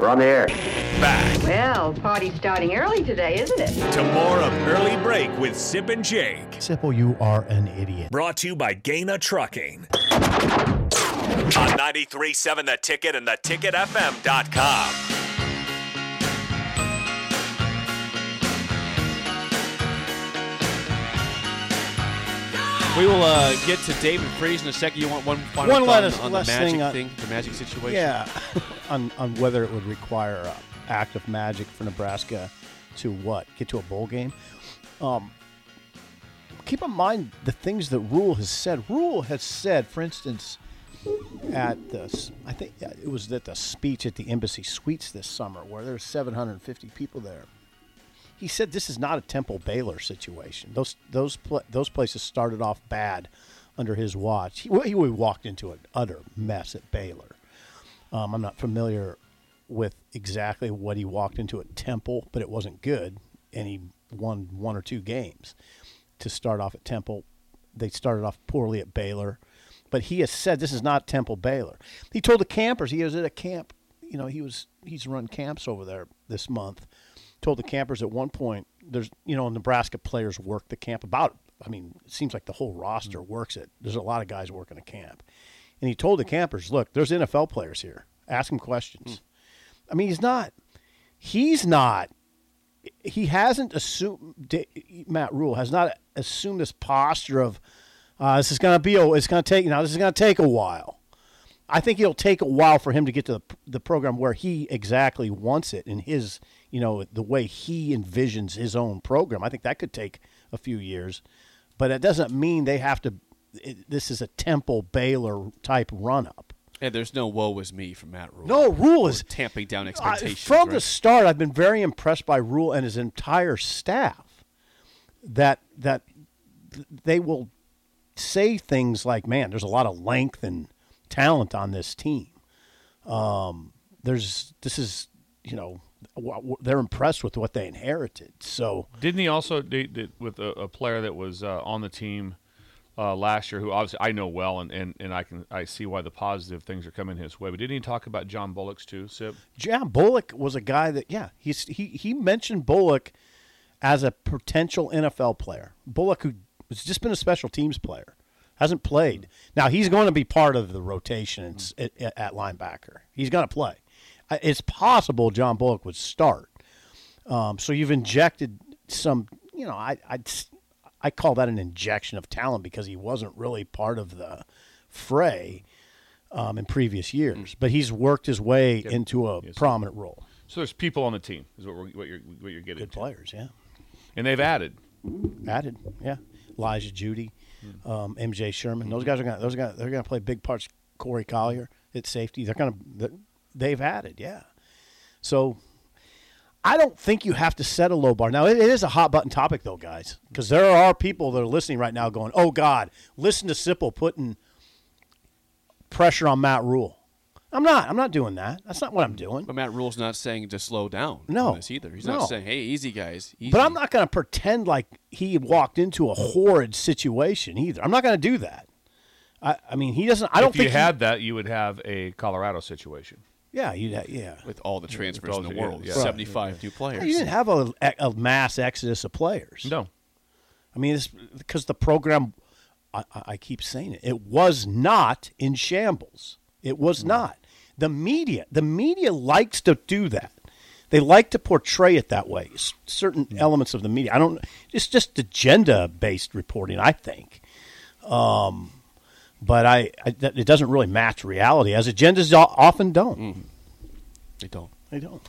We're on the air. Back Well, party's starting early today, isn't it? to more of Early Break with Sip and Jake. Sipple, you are an idiot. Brought to you by Gaina Trucking. On 93.7 The Ticket and theticketfm.com. We will uh, get to David Freeze in a second. You want one final One thought last- on, on the last magic thing, thing, uh, the magic situation? Yeah, on, on whether it would require an act of magic for Nebraska to what? Get to a bowl game? Um, keep in mind the things that Rule has said. Rule has said, for instance, at the, s- I think it was at the speech at the Embassy Suites this summer where there's 750 people there. he said this is not a Temple Baylor situation. Those those pla those places started off bad under his watch. He, well, he walked into an utter mess at Baylor. Um, I'm not familiar with exactly what he walked into at Temple, but it wasn't good, and he won one or two games to start off at Temple. They started off poorly at Baylor, but he has said this is not Temple Baylor. He told the campers he was at a camp. You know, he was he's run camps over there this month. Told the campers at one point, there's you know Nebraska players work the camp about. I mean, it seems like the whole roster works it. There's a lot of guys working a camp, and he told the campers, look, there's NFL players here. Ask them questions. I mean, he's not. He's not he hasn't assumed Matt Rule has not assumed this posture of uh, this is going to be a, it's going to take now this is going to take a while. I think it'll take a while for him to get to the, the program where he exactly wants it in his you know the way he envisions his own program. I think that could take a few years, but it doesn't mean they have to. It, this is a Temple Baylor type run up. And there's no woe is me from Matt Rule. No Rule is tamping down I- expectations. from the right? start, I've been very impressed by Rule and his entire staff. That that th- they will say things like, "Man, there's a lot of length and talent on this team." Um, there's this is you know w- w- they're impressed with what they inherited. So Didn't he also date did, with a, a player that was uh, on the team uh, last year, who obviously I know well, and, and, and I can I see why the positive things are coming his way. But didn't he talk about John Bullocks too, Sip? John Bullock was a guy that yeah he's he he mentioned Bullock as a potential NFL player. Bullock who has just been a special teams player hasn't played. Now he's going to be part of the rotation and s- at, at- at linebacker. He's going to play. Uh, It's possible John Bullock would start. Um, so you've injected some you know I I'd s- I call that an injection of talent because he wasn't really part of the fray um, in previous years, but he's worked his way into a prominent role. So there's people on the team is what we're what you're what you're getting, Good players, yeah. and they've added. Added, yeah. Elijah Judy, um, MJ Sherman. Those guys are gonna those guys they're gonna play big parts. Corey Collier at safety. They're gonna they're, they've added, yeah. So I don't think you have to set a low bar. Now it, it is a hot button topic though, guys, because there are people that are listening right now going, "Oh God, listen to Sipple putting pressure on Matt Rule." I'm not. I'm not doing that. That's not what I'm doing. But Matt Rule's not saying to slow down. No. on this either. He's No. not saying, "Hey, easy guys." Easy. But I'm not going to pretend like he walked into a horrid situation either. I'm not going to do that. I, I mean, he doesn't. I don't if you think he- had that, you would have a Colorado situation. yeah, you yeah. with all the transfers all in the the- world. yeah, yeah. Seventy-five new players. You didn't have a, a mass exodus of players. No, I mean, it's because the program. I, I I keep saying it. It was not in shambles. It Mm. was not. The media, the media likes to do that. They like to portray it that way. S- certain elements of the media. I don't. It's just agenda-based reporting. I think. Um, but I, I that, it doesn't really match reality, as agendas o- often don't. Mm-hmm. They don't. They don't.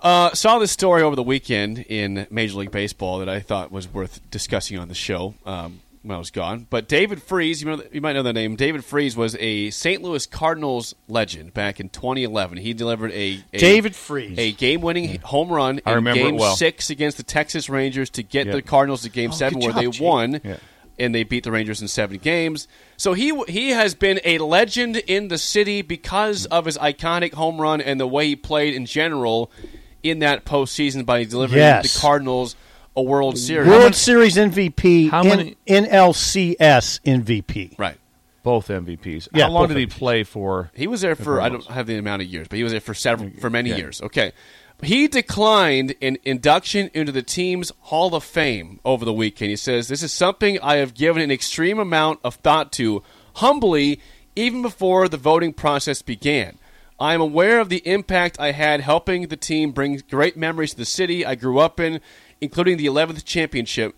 Uh, saw this story over the weekend in Major League Baseball that I thought was worth discussing on the show. Um, when I was gone. But David Freeze, you, know, you might know the name. David Freeze was a St. Louis Cardinals legend back in 2011. He delivered a, a David Freeze. a game-winning home run I in remember it Game well. Six against the Texas Rangers to get Yeah. the Cardinals to Game Oh, Seven, good where job, they Jake. won. Yeah. And they beat the Rangers in seven games. So he w- he has been a legend in the city because of his iconic home run and the way he played in general in that postseason by delivering Yes. the Cardinals a World Series. World Series MVP. How N- many- NLCS MVP? Right. Both MVPs. Yeah, How long both did he play for? He was there for I don't Cardinals. have the amount of years, but he was there for several for many years. Okay. He declined an induction into the team's Hall of Fame over the weekend. He says, "This is something I have given an extreme amount of thought to, humbly, even before the voting process began. I am aware of the impact I had helping the team bring great memories to the city I grew up in, including the 11th championship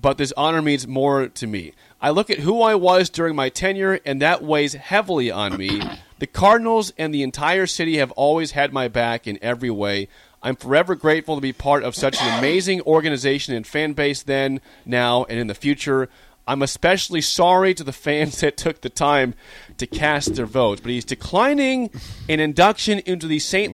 but this honor means more to me. I look at who I was during my tenure, and that weighs heavily on me. The Cardinals and the entire city have always had my back in every way. I'm forever grateful to be part of such an amazing organization and fan base then, now, and in the future. I'm especially sorry to the fans that took the time to cast their votes, but he's declining an induction into the St.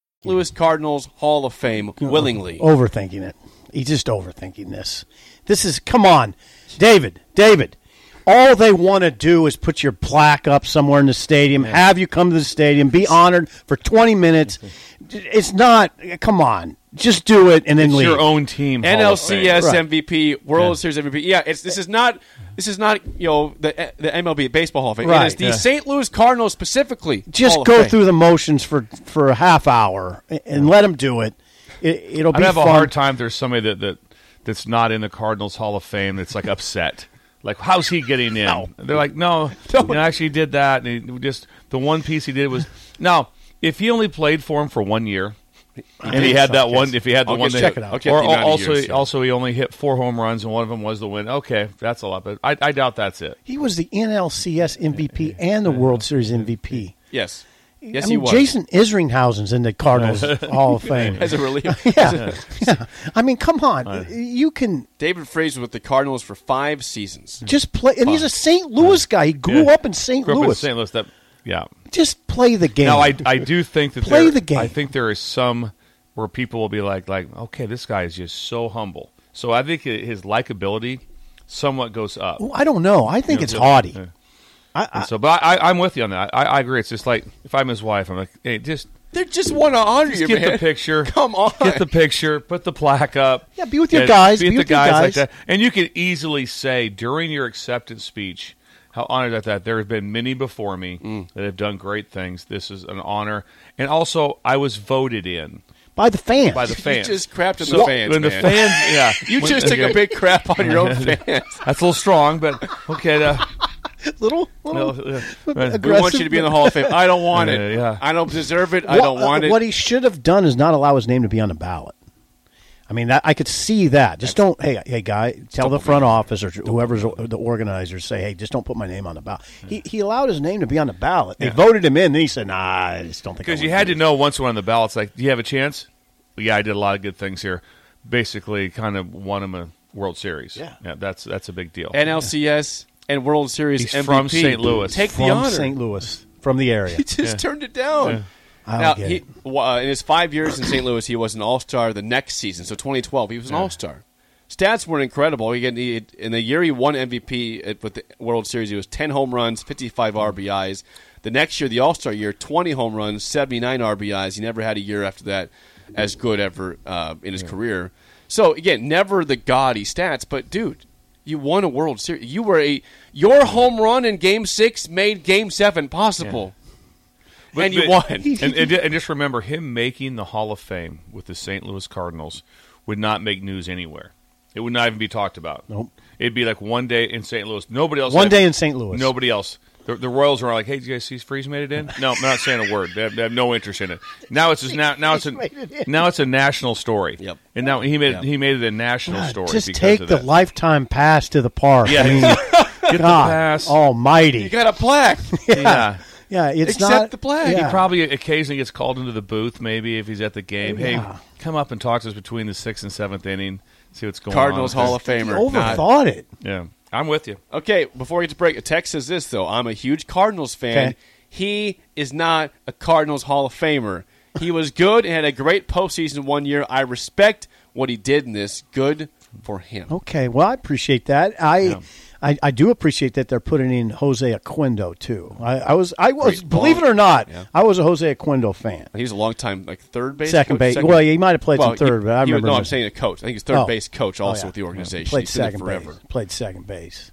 Louis Cardinals Hall of Fame willingly. Overthinking it. He's just overthinking this. This is come on, David. David. All they want to do is put your plaque up somewhere in the stadium. Have you come to the stadium? Be honored for twenty minutes. It's not. Come on, just do it and then It's leave. your own team. Hall of Fame. NLCS Right. MVP, World Series MVP. Yeah, it's this is not this is not you know the the MLB baseball Hall of Fame. It Right. is the Yeah. St. Louis Cardinals specifically. Hall just of go Fame. through the motions for for a half hour and, and let them do it. it it'll I'd be have fun. a hard time. If there's somebody that, that that's not in the Cardinals Hall of Fame that's like upset. Like, how's he getting in? They're like, no, you know, actually he did that, and he just the one piece he did was now. If he only played for him for one year, and he had that one, if he had the I'll one, get- that check hit- it out. I'll get or the amount of also, years, yeah. also he only hit four home runs, and one of them was the win. Okay, that's a lot, but I, I doubt that's it. He was the NLCS MVP and the World Series MVP. Yes, yes, I mean, he was. Jason Isringhausen's in the Cardinals Hall of Fame. as a reliever. yeah. yeah. I mean, come on. You can David Fraser with the Cardinals for five seasons. just play. And he's a St. Louis guy. He grew Yeah. up in St. Grew up in Louis. St. Louis. That yeah. Just play the game. Now I, I do think that Play there, the game. I think there is some where people will be like like okay this guy is just so humble. So I think his likability somewhat goes up. Well, Oh, I don't know. I think it's Yeah. haughty. Yeah. And so, but I, I, I'm with you on that. I, I agree. It's just like if I'm his wife, I'm like, hey, just, They just want to honor just you, get man. the picture. Come on. get the picture. Put the plaque up. Yeah, be with your guys, Be, be with with the your guys, like guys. that. And you can easily say during your acceptance speech how honored at that. There have been many before me Mm. that have done great things. This is an honor. And also, I was voted in By the fans. by the fans. just crapped on the fans, When the man. fans, yeah, You When- just took a okay. big crap on your own fans. That's a little strong, but okay. Uh, little. no, little uh, We want you to be in the Hall of Fame. I don't want it. Yeah, yeah. I don't deserve it. I don't What- uh, want it. What he should have done is not allow his name to be on the ballot. I mean, that, I could see that. Just don't, hey, hey, guy, tell the front office or whoever's o- the organizers, say, hey, just don't put my name on the ballot. He, he allowed his name to be on the ballot. They voted him in. Then he said, nah, I just don't think. I Because you wanna had do to know once we're on the ballots, like, do you have a chance? Yeah, I did a lot of good things here. Basically, kind of won him a World Series. Yeah. that's that's a big deal. NLCS and World Series He's MVP. from St. Louis. Take this." the from honor. St. Louis, from the area. He just turned it down. I don't Now, get he, it. w- uh, in his five years in St. Louis, he was an All Star the next season. So 2012, he was an All Star. stats were incredible. He, he in the year he won MVP at, with the World Series, he was ten home runs, fifty Mm. five RBIs. The next year, the All Star year, twenty home runs, seventy nine RBIs. He never had a year after that as good ever uh, in his career. So again, never the gaudy stats, but dude, you won a World Series. You were a your home run in Game Six made Game Seven possible, and you won. and, and, and just remember, him making the Hall of Fame with the St. Louis Cardinals would not make news anywhere. It would not even be talked about. Nope. It'd be like one day in St. Louis. Nobody else. One had- day in St. Louis. Nobody else. The, the Royals were like, "Hey, did you guys see Freeze made it in?" No, I'm not saying a word. They have, they have no interest in it. Now it's just now now it's a, Freeze made it in. now it's a national story. Yep. And now he made it he made it a national story. Just because take of the that. lifetime pass to the park. Yeah. I mean, Get the God pass. Almighty. You got a plaque. yeah. yeah, it's accept not the play. Yeah. He probably occasionally gets called into the booth, maybe if he's at the game. Yeah. Hey, come up and talk to us between the sixth and seventh inning. See what's going Cardinals on. Hall of Famer. Not- overthought it. Yeah, I'm with you. Okay, before we get to break, a text says this though. I'm a huge Cardinals fan. Okay. He is not a Cardinals Hall of Famer. He was good and had a great postseason one year. I respect what he did in this. Good for him. Okay, well, I appreciate that. I, I, I do appreciate that they're putting in Jose Aquindo too. I, I was, I was, Great believe it ball. or not, Yeah. I was a Jose Aquindo fan. He was a long time like third base, Second coach? base. Well, he might have played Well, some third, he- but I he was- remember No, him I'm as- saying a coach. I think he's third Oh. base coach Oh, also yeah. with the organization. Yeah, Played He's been there second forever. base. Played second base.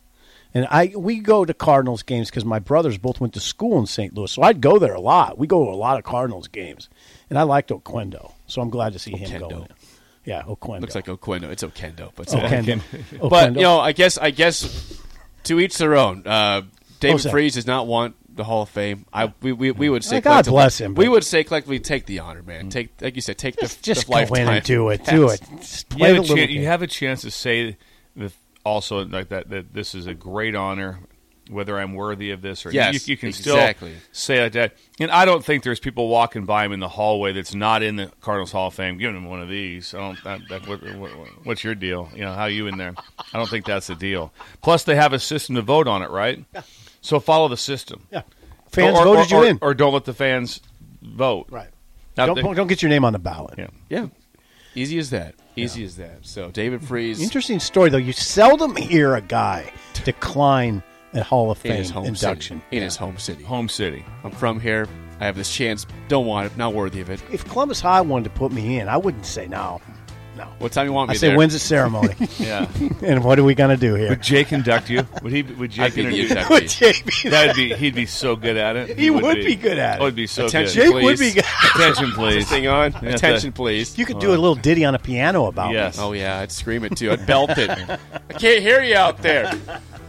And I we go to Cardinals games because my brothers both went to school in St. Louis, so I'd go there a lot. We go to a lot of Cardinals games, and I liked Oquendo, so I'm glad to see him Oquendo. going. Yeah, Oquendo. Looks like Oquendo. It's Oquendo, but Oquendo. But Oquendo. you know, I guess I guess to each their own. Uh, David Jose. Freeze does not want the Hall of Fame. I we, we, we would say God collectively- bless him, but- Mm. We would say collectively take the honor, man. Take like you said, take just, the just the go lifetime. in and do it. Do Yes. it. Just play You the have, a little chan- game. you have a chance to say that also like that that this is a great honor, whether I'm worthy of this or Yes, you, you can exactly. still say like that. And I don't think there's people walking by him in the hallway that's not in the Cardinals Hall of Fame giving him one of these. I don't. That, that, what, what, what's your deal? You know, how you in there? I don't think that's the deal. Plus, they have a system to vote on it, right? So follow the system. Yeah. Fans Or- or- voted you or- in. or don't let the fans vote. right. Now Don't, they- don't get your name on the ballot. Yeah. Yeah, easy as that. Easy as that. So David Freeze Interesting story, though. You seldom hear a guy decline a Hall of in Fame his home induction. city. In his home city. Home city. I'm from here. I have this chance. Don't want it. Not worthy of it. If Columbus High wanted to put me in, I wouldn't say no. No. What time you want I me say, there? when's the ceremony? Yeah. and what are we going to do here? Would Jay conduct you? Would he? Would Jay I'd be conduct the you? inductee. Would Jay be- That'd be. He'd be so good at it. He would be good at it. Oh, it'd be so Attention, Jay please. would be. good. Attention, please. Thing on. Yeah. Attention, please. You could do a little ditty on a piano about Yes. me. Oh yeah, I'd scream it too. I'd belt it. I can't hear you out there.